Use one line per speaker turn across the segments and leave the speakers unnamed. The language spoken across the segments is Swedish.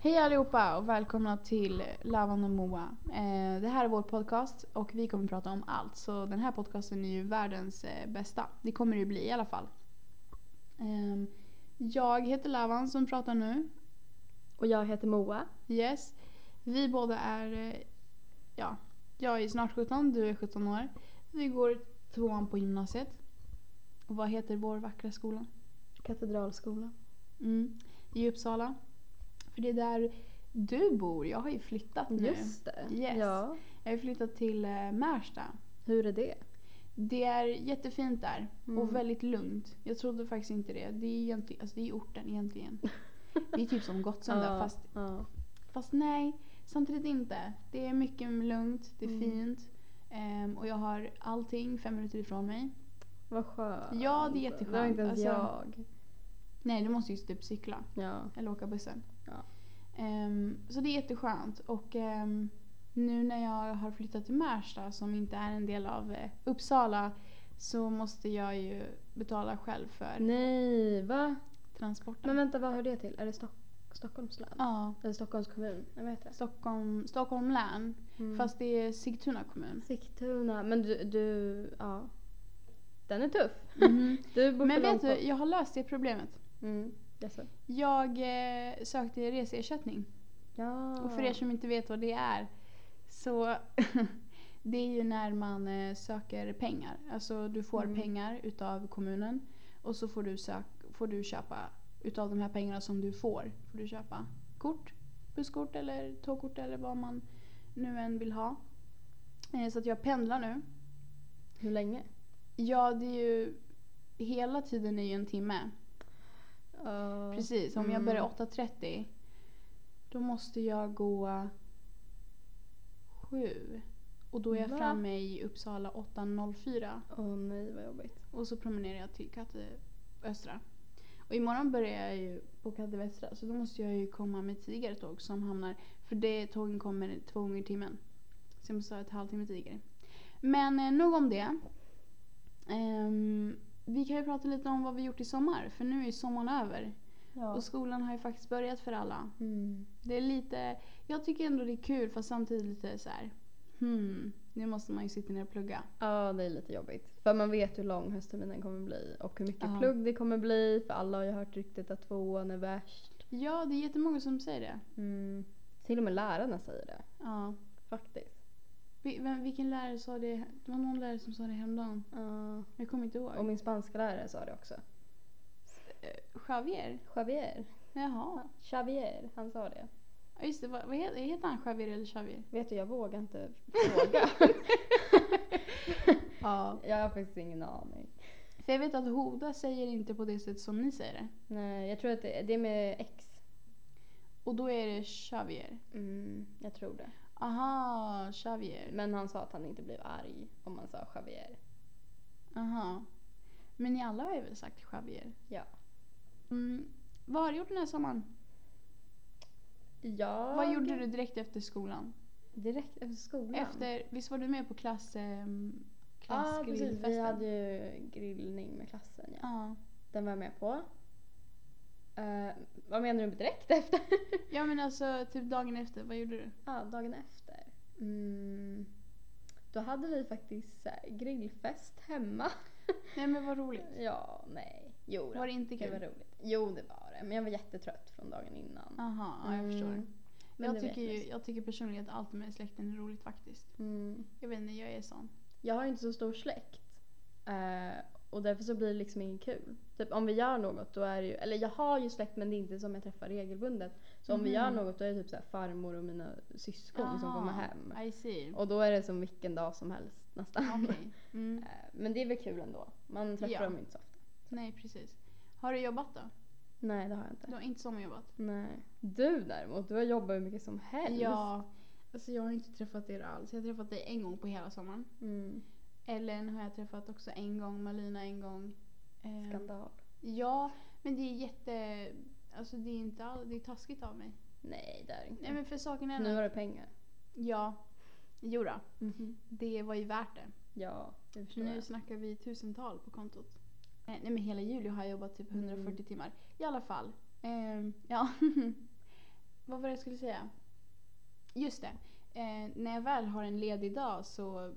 Hej allihopa och välkomna till Lavan och Moa. Eh, det här är vår podcast och vi kommer prata om allt. Så den här podcasten är ju världens eh, bästa. Det kommer det ju bli i alla fall. Ehm, jag heter Lavan som pratar nu.
Och jag heter Moa.
Yes. Vi båda är, eh, ja, jag är snart 17, du är 17 år. Vi går tvåan på gymnasiet. Och vad heter vår vackra skola?
Katedralskolan.
Mm. I Uppsala. För det är där du bor. Jag har ju flyttat nu.
Just det.
Yes.
Ja.
Jag har ju flyttat till eh, Märsta.
Hur är det?
Det är jättefint där
Mm.
och väldigt lugnt. Jag trodde faktiskt inte det. Det är, egentligen, alltså det är orten egentligen. Det är typ som Gottsunda
Ja,
fast,
ja.
fast nej, samtidigt inte. Det är mycket lugnt, det är
Mm.
fint. Ehm, och jag har allting fem minuter ifrån mig.
Vad skönt.
Ja, det är jätteskönt.
Det har inte ens
Alltså-
jag.
Nej, du måste ju typ cykla
Ja.
eller åka bussen.
Ja.
Ehm, så det är jätteskönt. Och ehm, nu när jag har flyttat till Märsta som inte är en del av eh, Uppsala så måste jag ju betala själv för
Nej, va?
transporten.
Mm. Men vänta, vad hör det till? Är det Stock Stockholms län?
ja,
Eller Stockholms kommun? Jag vet det.
Stockholm, Stockholm län.
Mm.
Fast det är Sigtuna kommun.
Sigtuna. Men du, du, ja. Den är tuff.
Mhm.
Du bor
Men
för
vet
långt
du, jag har löst det problemet.
bort. Mm. Jaså?
Jag eh, sökte reseersättning.
Ja.
Och för er som inte vet vad det är så det är ju när man eh, söker pengar. Alltså du får
Mm.
pengar utav kommunen och så får du, sök, får du köpa utav de här pengarna som du får får du köpa kort, busskort eller tågkort eller vad man nu än vill ha. Eh, Så att jag pendlar nu.
Hur länge?
Ja, det är ju hela tiden är ju en timme.
Ja.
Precis, om jag börjar
Mm.
8.30 då måste jag gå 7 och då är jag
Va?
framme i Uppsala 8.04
Åh nej, vad jobbigt.
och så promenerar jag till Katte Östra. Och imorgon börjar jag ju på Katte Västra så då måste jag ju komma med tidigare tåg som hamnar för det tågen kommer två gånger i timmen. Så jag måste ha ett halvtimme tidigare. Men eh, nog om det. Ehm, vi kan ju prata lite om vad vi gjort i sommar för nu är ju sommaren över.
Ja.
Och skolan har ju faktiskt börjat för alla.
Mm.
Det är lite, jag tycker ändå det är kul fast samtidigt lite så här. Hmm, nu måste man ju sitta ner och plugga.
Ja, det är lite jobbigt. För man vet hur lång höstterminen kommer bli och hur mycket
Ja.
plugg det kommer bli. För alla har ju hört ryktet att tvåan är värst.
Ja, det är jättemånga som säger det.
Mm. Till och med lärarna säger det,
Ja.
faktiskt.
Vi- Vem, vilken lärare sa det? Det var någon lärare som sa det häromdagen.
Ja.
Jag kommer inte ihåg.
Och min spanska lärare sa det också.
Javier?
Javier.
Jaha.
Javier, han sa det.
Ja, just det, vad, vad heter, heter han Javier eller Javier?
Vet du, jag vågar inte fråga.
Ja.
jag har faktiskt ingen aning.
För jag vet att Hoda säger inte på det sätt som ni säger det.
Nej, jag tror att det, det är med X.
Och då är det Javier.
Mm, jag tror det.
Aha, Javier.
Men han sa att han inte blev arg om man sa Javier.
Aha. Men ni alla har ju väl sagt Javier?
Ja.
Mm. Vad har du gjort den här sommaren?
Ja.
Vad gjorde du direkt efter skolan?
Direkt efter skolan?
Efter, visst var du med på klass, ehm,
Ja, precis. Vi
klassgrillfesten?
hade ju grillning med klassen. Ja.
Ja.
Den var jag med på. Eh, vad menar du med direkt efter?
ja men alltså typ dagen efter, vad gjorde du?
Ja, dagen efter. Mm, då hade vi faktiskt så här, grillfest hemma.
Nej men vad roligt.
Ja, nej. Jo, då.
Var det inte
det var
kul?
roligt. Jo, det var det. Men jag var jättetrött från dagen innan.
Aha, ja, jag förstår.
Mm, men
Jag
det var
tycker, ju,
jättemysigt.
jag tycker personligen att allt med släkten är roligt faktiskt.
Mm.
Jag vet inte, jag är sån.
Jag har ju inte så stor släkt. Eh, och därför så blir det liksom inget kul. Typ om vi gör något då är det ju, eller jag har ju släkt men det är inte som jag träffar regelbundet. Så om vi gör
Mhm.
något då är det typ så här farmor och mina syskon som kommer
Aha,
hem.
I see.
Mm. Och då är det som vilken dag som helst nästan.
Okej. Mm.
Eh, men det är väl kul ändå. Man träffar
Ja.
dem inte så ofta.
Nej precis. Har du jobbat då?
Nej det har jag inte.
Du har inte sommarjobbat?
Nej. Du däremot, du har jobbat hur mycket som helst.
Ja. Alltså jag har inte träffat er alls. Jag har träffat dig en gång på hela sommaren.
Mm.
Ellen har jag träffat också en gång, Malina en gång. Ehm,
Skandal.
Ja, men det är jätte... Alltså det är inte all... det är taskigt av mig.
Nej det är det inte.
Nej men för saken är
Nu
den-
har du pengar.
Ja. Jo då,
Mhm.
det var ju värt det.
Ja, det förstår
Nu
jag.
snackar vi tusental på kontot. Eh, Nej men hela juli har jag jobbat typ
Mm.
140 timmar. I alla fall. Ehm, ja. vad var det jag skulle säga? Just det. Eh, när jag väl har en ledig dag så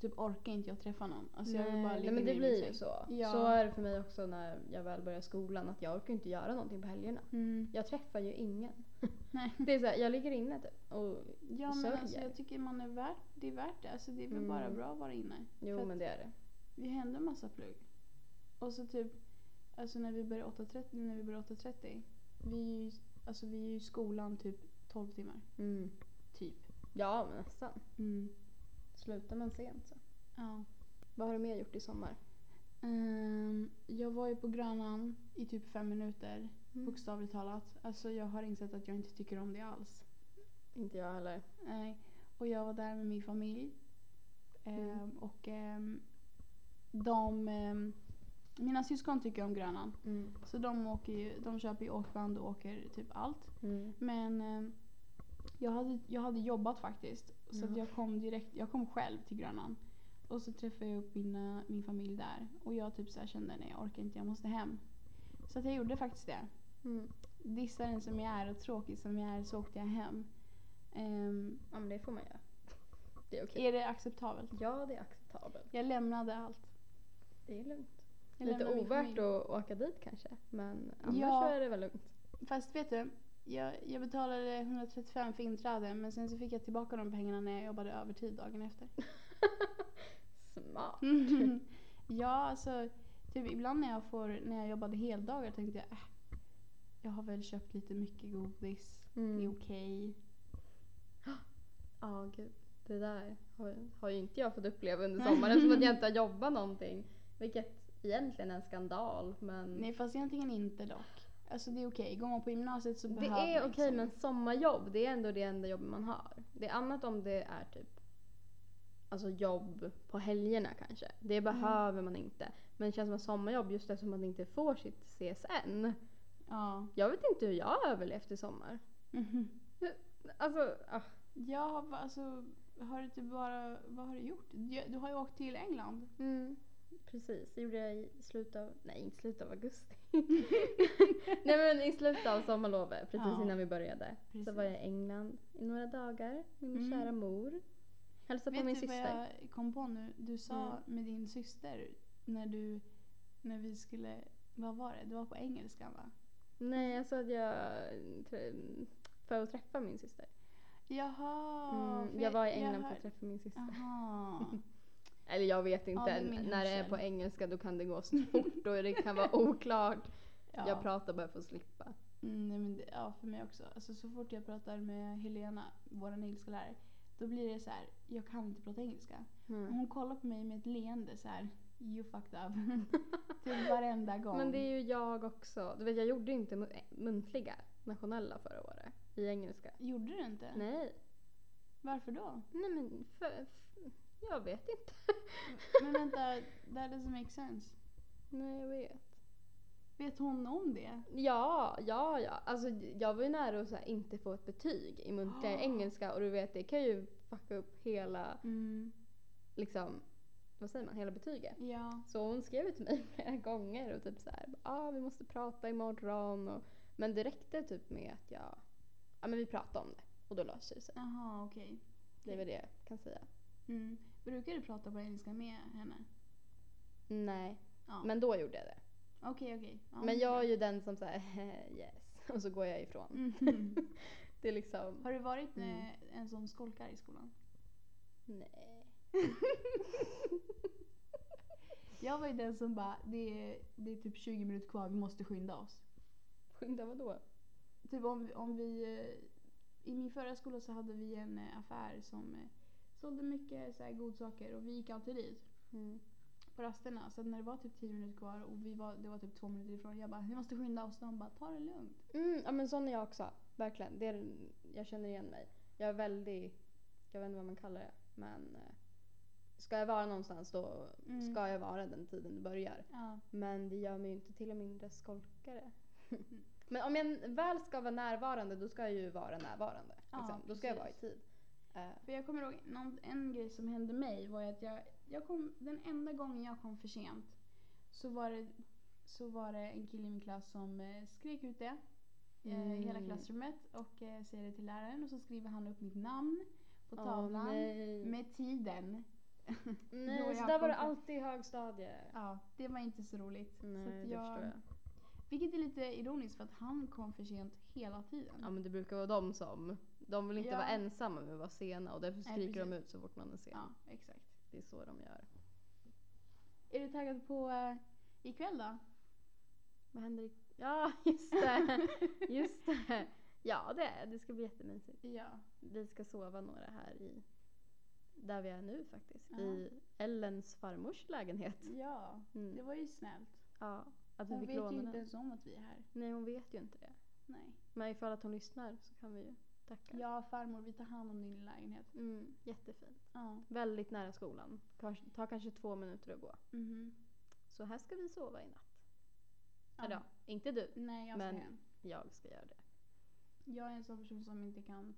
typ orkar inte jag träffa någon. Alltså jag vill bara
Nej,
ligga
men det
ner i
blir
min
ju
säng.
så.
Ja.
Så är det för mig också när jag väl börjar skolan att jag orkar inte göra någonting på helgerna.
Mm.
Jag träffar ju ingen.
Nej.
Det är så här, jag ligger inne typ. Och,
Ja men alltså
sörjer.
jag tycker man är värt, det är värt det. Alltså det är väl
Mm.
bara bra att vara inne.
jo
För att-
men det är det.
Vi hände en massa plugg. Och så typ, alltså när vi började 8.30, när vi började 8.30, vi är ju, alltså vi är ju i skolan typ 12 timmar.
Mm.
Typ.
Ja men nästan.
Mm.
Slutar man sent så.
Ja.
Vad har du mer gjort i sommar?
Ehm, jag var ju på Grönan i typ fem minuter,
Mm.
bokstavligt talat. Alltså jag har insett att jag inte tycker om det alls.
Inte jag heller.
Nej. Och jag var där med min familj. Ehm,
Mm.
Och ehm, de, ehm, mina syskon tycker om Grönan.
Mm.
Så de, åker ju, de köper ju åkband och åker typ allt.
Mm.
Men eh, jag, hade, jag hade jobbat faktiskt. Så att
Jaha.
jag kom direkt, jag kom själv till Grönan. Och så träffade jag upp mina, min familj där. Och jag typ så här kände nej jag orkar inte, jag måste hem. Så att jag gjorde faktiskt det.
Mm.
Dissaren som jag är och tråkig som jag är så åkte jag hem. Ehm,
Ja men det får man göra. Det är okej.
är det acceptabelt?
Ja det är acceptabelt.
Jag lämnade allt.
Det är lugnt.
Jag
Lite
lämnade min
ovärt
familj.
att åka dit kanske. Men annars
Ja.
så är det väl lugnt.
Fast vet du, jag, jag betalade 135 för inträde men sen så fick jag tillbaka de pengarna när jag jobbade övertid dagen efter.
Smart.
ja, alltså typ ibland när jag, får, när jag jobbade heldagar tänkte jag äh, jag har väl köpt lite mycket godis. Det är
Mm.
okej.
Ja, gud. Det där har, har ju inte jag fått uppleva under sommaren som att jag inte har jobbat någonting. Vilket egentligen är en skandal men
Nej, fast egentligen inte dock. Alltså det är okej. Går man på gymnasiet så
det
behöver man liksom-
är okej
inte så
men
mycket.
sommarjobb det är ändå det enda jobb man har. Det är annat om det är typ alltså jobb på helgerna kanske.
Mm.
Det behöver man inte. Men det känns som att sommarjobb just eftersom man inte får sitt CSN.
Ja.
Jag vet inte hur jag har överlevt i sommar.
Mhm.
Alltså, ah,
Jag har bara- alltså har du typ bara, vad har du gjort? Du, du har ju åkt till England.
Mm, precis, det gjorde jag i slutet av, nej inte slutet av augusti. nej men i slutet av sommarlovet, precis
Ja.
innan vi började. Så
Precis.
var jag i England i några dagar med min
Mm.
kära mor. Hälsade
Vet
på min
du
syster. Mm.
vad jag kom på nu? Du sa med din syster när du, när vi skulle, vad var det? Det var på engelskan va?
Nej jag sa att jag, trä- för att träffa min syster.
Jaha.
Mm,
för
jag var i England för
hör-
att träffa min syster.
Jaha.
Eller jag vet inte,
det är min
när det är
hörsel.
på engelska då kan det gå så fort och det kan vara oklart.
Ja.
Jag pratar bara för att slippa.
Mm, nej, men det, ja, för mig också. Alltså, så fort jag pratar med Helena, vår engelska lärare, då blir det så här, jag kan inte prata engelska.
Mm.
Hon kollar på mig med ett leende så här, you fucked up. typ varenda gång.
Men det är ju jag också. Du vet jag gjorde inte mu- muntliga nationella förra året i engelska.
Gjorde du inte?
Nej.
Varför då?
Nej men för, f- jag vet inte.
Men vänta, that doesn't make sense.
Nej jag vet.
Vet hon om det?
Ja, ja, ja. Alltså jag var ju nära att så här, inte få ett betyg i muntliga i engelska och du vet det kan ju fucka upp hela,
Mm.
liksom, vad säger man, hela betyget.
Ja.
Så hon skrev ju till mig flera gånger och typ så här, ah, vi måste prata imorgon och, men det räckte typ med att jag, ja men vi pratade om det och då löste det sig.
Jaha, okej.
Det är väl det jag kan säga.
Mm. Brukar du prata på engelska med henne?
Nej,
Ja.
men då gjorde jag det.
Okej, okej. Ja,
men jag är
bra.
ju den som säger yes och så går jag ifrån.
Mhm.
Det är liksom,
Har du varit eh,
Mm.
en som skolkar i skolan?
nej.
Jag var ju den som bara, det är, det är typ 20 minuter kvar, vi måste skynda oss.
Skynda vadå?
Typ om, om vi, eh, i min förra skola så hade vi en eh, affär som eh, sålde mycket så här godsaker och vi gick alltid dit
Mm.
på rasterna. Så att när det var typ 10 minuter kvar och vi var, det var typ två minuter ifrån, jag bara, vi måste skynda oss. De bara, ta det lugnt.
Mm, ja men sån är jag också, verkligen. Det är, jag känner igen mig. Jag är väldigt, jag vet inte vad man kallar det, men eh, ska jag vara någonstans då
Mm.
ska jag vara den tiden det börjar.
Ja.
Men det gör mig ju inte till en mindre skolkare.
Mm.
Men om jag väl ska vara närvarande då ska jag ju vara närvarande.
Ja,
Liksom. då ska jag vara i
precis.
tid. Eh,
För jag kommer ihåg någon, en grej som hände mig var ju att jag, jag kom, den enda gången jag kom för sent så var det, så var det en kille i min klass som eh, skrek ut det. eh, hela
Mm.
klassrummet och eh, säger det till läraren och så skriver han upp mitt namn på
Åh,
tavlan
nej.
med tiden.
Nej,
Jo,
så
jag
där var
kom
det
på-
alltid i högstadiet.
Ja, det var inte så roligt.
Nej,
så att
det förstår jag.
Vilket är lite ironiskt för att han kom för sent hela tiden.
Ja men det brukar vara de som, de vill inte
Ja.
vara ensamma med att vara sena och därför
Nej,
skriker de
precis.
ut så fort någon är sen.
Ja, exakt.
Det är så de gör.
Är du taggad på eh, ikväll då?
Vad händer i... Ja just det! just det! Ja det, det ska bli jättemysigt.
Ja.
Vi ska sova några här i, där vi är nu faktiskt.
Ja.
I Ellens farmors lägenhet.
Ja, det
Mm.
var ju snällt.
Ja, att vi
Hon
fick
vet ju
låna
inte
den.
ens om att vi är här.
Nej hon vet ju inte det.
Nej.
Men ifall att hon lyssnar så kan vi ju tacka.
Ja, farmor, vi tar hand om din lägenhet.
Mm, jättefint.
Ja.
Väldigt nära skolan. Kanske, tar kanske två minuter att gå.
Mhm.
Så här ska vi sova i natt.
Ja.
Eller ja, inte du.
Nej, jag ska
Men-
hem.
Jag ska göra det.
Jag är en sån person som inte kan...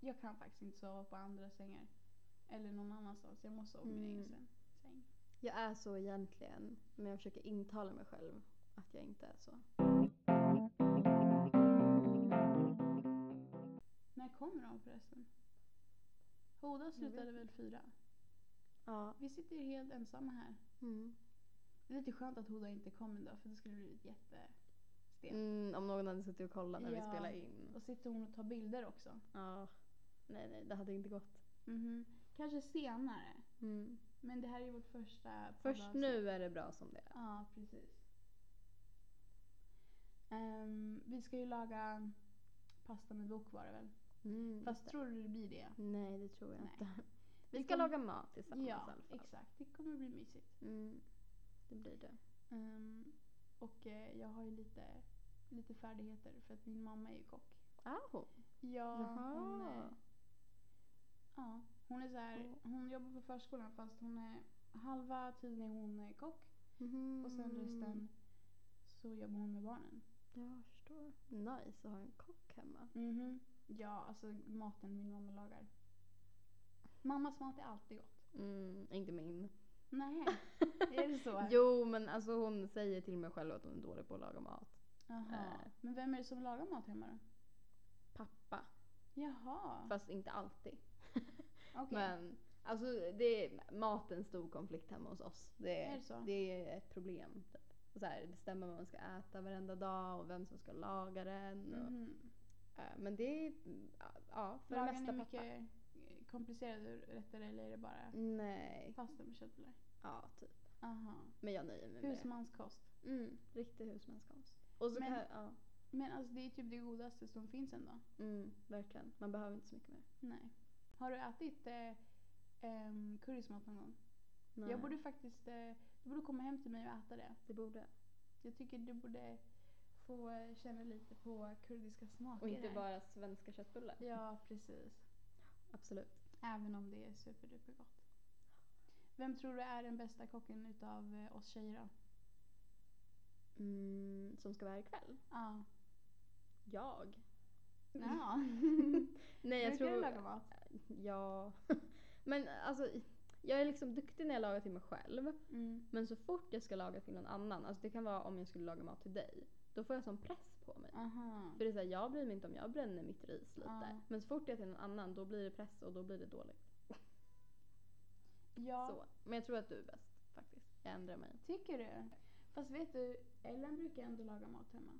Jag kan faktiskt inte sova på andra sängar. Eller någon annanstans. Jag måste sova i min
Mm.
egen säng. säng.
Jag är så egentligen, men jag försöker intala mig själv att jag inte är så.
När kommer de förresten? Hoda slutade väl fyra?
Ja.
Vi sitter ju helt ensamma här.
Mm.
Det är lite skönt att Hoda inte kom idag för det skulle blivit jättestelt.
Mm, om någon hade suttit och kollat när
Ja.
vi spelade in.
Och sitter hon och tar bilder också.
Ja. Nej, nej, det hade inte gått.
Mhm. Kanske senare.
Mm.
Men det här är ju vårt första
Först
poddavsnitt.
nu är det bra som det är.
Ja, precis. Ehm, vi ska ju laga pasta med wok var det väl?
Mm.
Fast tror du det blir det?
Nej, det tror jag
Nej.
inte.
Det
Vi ska
kommer-
laga mat tillsammans i
Ja,
alla fall.
exakt. Det kommer bli mysigt.
Mm. Det blir det.
Ehm, och eh, jag har ju lite, lite färdigheter för att min mamma är ju kock.
Au!
Ja, hon är,
Jaha.
ja, hon är så här,
Ja.
hon jobbar på förskolan fast hon är halva tiden är hon eh, kock
Mhm.
och sen resten så jobbar hon med barnen.
Jag förstår. Nice att ha en kock hemma.
Mhm. Ja, alltså maten min mamma lagar. Mammas mat är alltid gott.
Mm, inte min.
Nej, är det så?
Jo, men alltså hon säger till mig själv att hon är dålig på att laga mat.
Jaha.
Eh.
Men vem är det som lagar mat hemma då?
Pappa.
Jaha,
Fast inte alltid.
okej.
Men alltså det är maten stor konflikt hemma hos oss. Det
Är
är,
det så?
det är ett problem. typ. Och Så här, bestämma vad man ska äta varenda dag och vem som ska laga den. Och,
Mhm.
eh, men det är ja, för det
Lagar
mesta
ni
pappa.
mycket eh, komplicerade rätter eller är det bara
Nej.
pasta med köttbullar?
Ja, typ.
Aha.
Men jag nöjer mig med
Husmanskost.
det. Mm, riktig husmanskonst. Och så
Men-
kan, ja,
Men alltså det är typ det godaste som finns ändå.
mm, verkligen. Man behöver inte så mycket mer.
Nej. Har du ätit eh, ehm, currysmak någon gång?
Nej,
Jag borde faktiskt, eh, du borde komma hem till mig och äta det.
Det borde.
Jag tycker du borde få eh, känna lite på kurdiska smaker
Och inte
här.
bara svenska köttbullar.
Ja, precis.
Absolut.
Även om det är superduper gott. Vem tror du är den bästa kocken utav eh, oss tjejer då?
Mm, som ska vara här ikväll?
Ja.
Jag?
Ja.
Nej jag
Brukar du
tror...
laga mat?
Ja. Men alltså jag är liksom duktig när jag lagar till mig själv.
Mm.
Men så fort jag ska laga till någon annan, alltså det kan vara om jag skulle laga mat till dig. Då får jag sån press på mig.
Aha.
För det är så här, jag bryr mig inte om jag bränner mitt ris lite.
Ja.
Men så fort jag till någon annan då blir det press och då blir det dåligt.
Ja.
Så. Men jag tror att du är bäst faktiskt. Jag ändrar mig.
Tycker du? Fast vet du, Ellen brukar ändå laga mat hemma.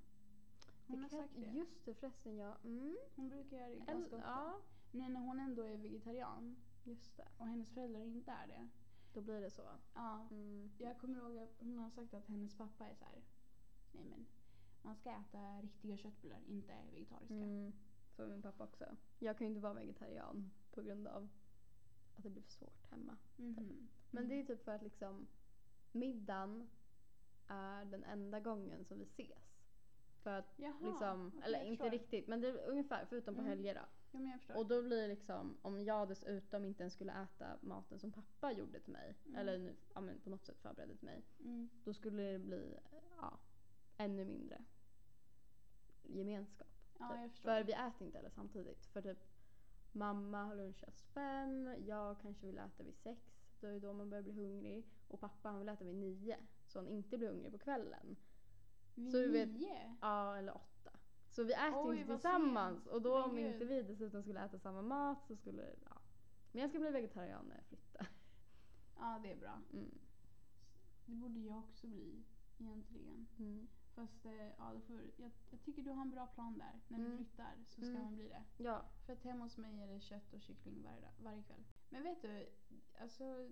Hon har
kan-
sagt det.
Just det förresten, jag... Mm,
Hon brukar göra det
en,
ganska ofta.
ja,
Nu när hon ändå är vegetarian
just det.
och hennes föräldrar inte är det.
Då blir det så.
Ja.
Mm.
Jag kommer ihåg att hon har sagt att hennes pappa är så här. Nej men, man ska äta riktiga köttbullar, inte vegetariska.
Mm. Så är min pappa också. Jag kan ju inte vara vegetarian på grund av att det blir för svårt hemma.
Mhm.
Men det är typ för att liksom middagen är den enda gången som vi ses. För att
Jaha,
liksom,
okej,
eller
jag
inte
förstår.
riktigt men det är ungefär förutom på
Mm.
helger då.
Jo men jag förstår.
Och då blir det liksom, om jag dessutom inte ens skulle äta maten som pappa gjorde till mig,
Mm.
eller nu, ja, men på något sätt förberedde till mig,
Mm.
då skulle det bli ja, ännu mindre gemenskap.
Ja
Typ.
jag förstår.
För vi äter inte heller samtidigt. För typ mamma har lunchat fem, jag kanske vill äta vid sex. Då är det då man börjar bli hungrig. Och pappa han vill äta vid nio. Så han inte blir hungrig på kvällen.
Vid
så du vet-
nio?
Ja, eller åtta. Så vi äter
Oj,
inte
vad
tillsammans och då
Men
om
gud.
inte vi dessutom skulle äta samma mat så skulle, ja. Men jag ska bli vegetarian när jag flyttar.
Ja, det är bra.
Mm.
Det borde jag också bli egentligen.
Mm.
Fast eh, ja, du får, jag, jag tycker du har en bra plan där. När du
Mm.
flyttar så ska
Mm.
man bli det.
Ja.
För att hemma hos mig är det kött och kyckling varje, dag, varje kväll. Men vet du, alltså,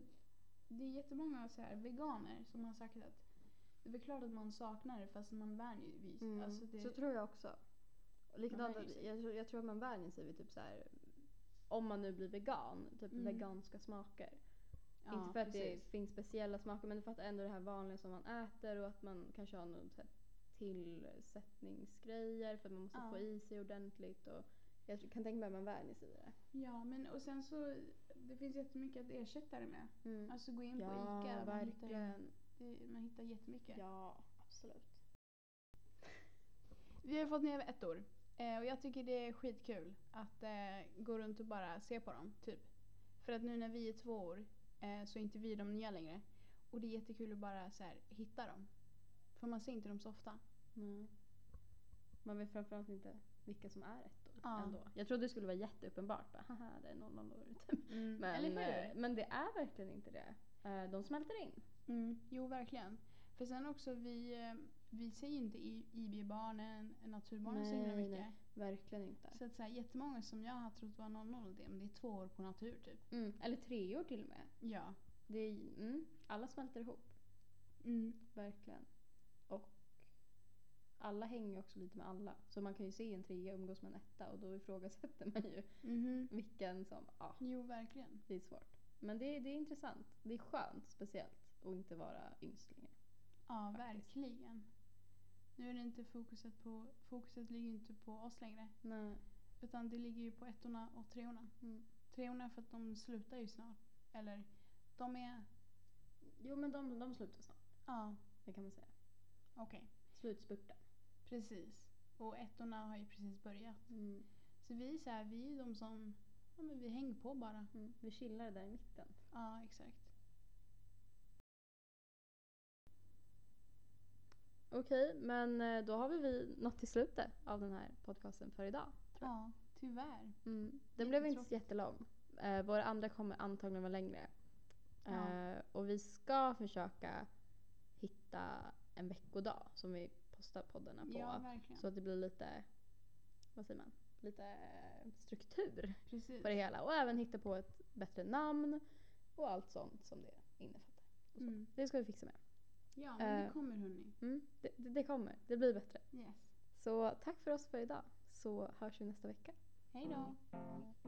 det är jättemånga så här veganer som har sagt att det är väl klart att man saknar det fast man vänjer sig.
Mm.
Alltså, det,
Så tror jag också. Likadant,
vänjer
att-
sig.
jag, tror- jag tror att man vänjer sig vid typ så här. om man nu blir vegan, typ
Mm.
veganska smaker.
ja,
inte för att
precis.
det finns speciella smaker men för att ändå det här vanliga som man äter och att man kanske har något så här tillsättningsgrejer för att man måste
Ja.
få i sig ordentligt. Och jag tror- kan tänka mig att man vänjer sig vid det.
Ja, men och sen så det finns jättemycket att ersätta det med.
Mm.
Alltså gå in på
Ja,
ICA. Man hittar,
verkligen.
det, man hittar jättemycket.
Ja, absolut.
Vi har fått nya ettor. Eh, och jag tycker det är skitkul att eh, gå runt och bara se på dem. Typ. För att nu när vi är två år eh, så är inte vi de nya längre. Och det är jättekul att bara så här, hitta dem. För man ser inte dem så ofta.
Nej. Man vet framförallt inte vilka som är ettor
Ja.
ändå. Jag trodde det skulle vara jätteuppenbart. Bara, Haha, det är nollan år ute. Men,
Eller hur?
eh, men det är verkligen inte det. Eh, De smälter in.
Mm, jo, verkligen. För sen också, vi, eh, vi ser ju inte I- IB-barnen, naturbarnen så himla
Nej,
mycket.
nej. Verkligen inte.
Så att så här, jättemånga som jag har trott var 00 det, men det är två år på natur typ.
Mm. Eller treor till och med.
Ja.
Det är, mm, alla smälter ihop,
Mm.
verkligen. Och alla hänger ju också lite med alla. Så man kan ju se en trea umgås med en etta och då ifrågasätter man ju
Mhm.
vilken som... Ja,
Jo, verkligen.
det är svårt. Men det, är- det är intressant. Det är skönt speciellt att inte vara yngstling.
Ja,
Faktiskt.
verkligen. Nu är det inte fokuset på, fokuset ligger ju inte på oss längre.
Nej.
Utan det ligger ju på ettorna och treorna.
Mm.
Treorna för att de slutar ju snart. Eller, de är,
Jo men de, de slutar snart,
ja,
det kan man säga.
okej.
Slutspurten.
Precis. Och ettorna har ju precis börjat.
Mm.
Så vi är så här, vi är ju de som, ja men vi hänger på bara.
Mm. Vi chillar där i mitten.
Ja, exakt.
Okej, men eh, då har vi- vi nått till slutet av den här podcasten för idag. Tror
Ja, tyvärr.
Mm. Den blev inte så jättelång. Eh, våra andra kommer antagligen vara längre.
Ja.
Eh, och vi ska försöka hitta en veckodag som vi postar poddarna på.
Ja, verkligen.
så att det blir lite, vad säger man, lite struktur
Precis.
på det hela. Och även hitta på ett bättre namn och allt sånt som det innefattar. Och så.
Mm.
Det ska vi fixa med.
Ja, men
Eh.
det kommer hörni.
Mm. Det, det, det kommer, det blir bättre.
Yes.
Så tack för oss för idag så hörs vi nästa vecka.
Hej då.
Mm.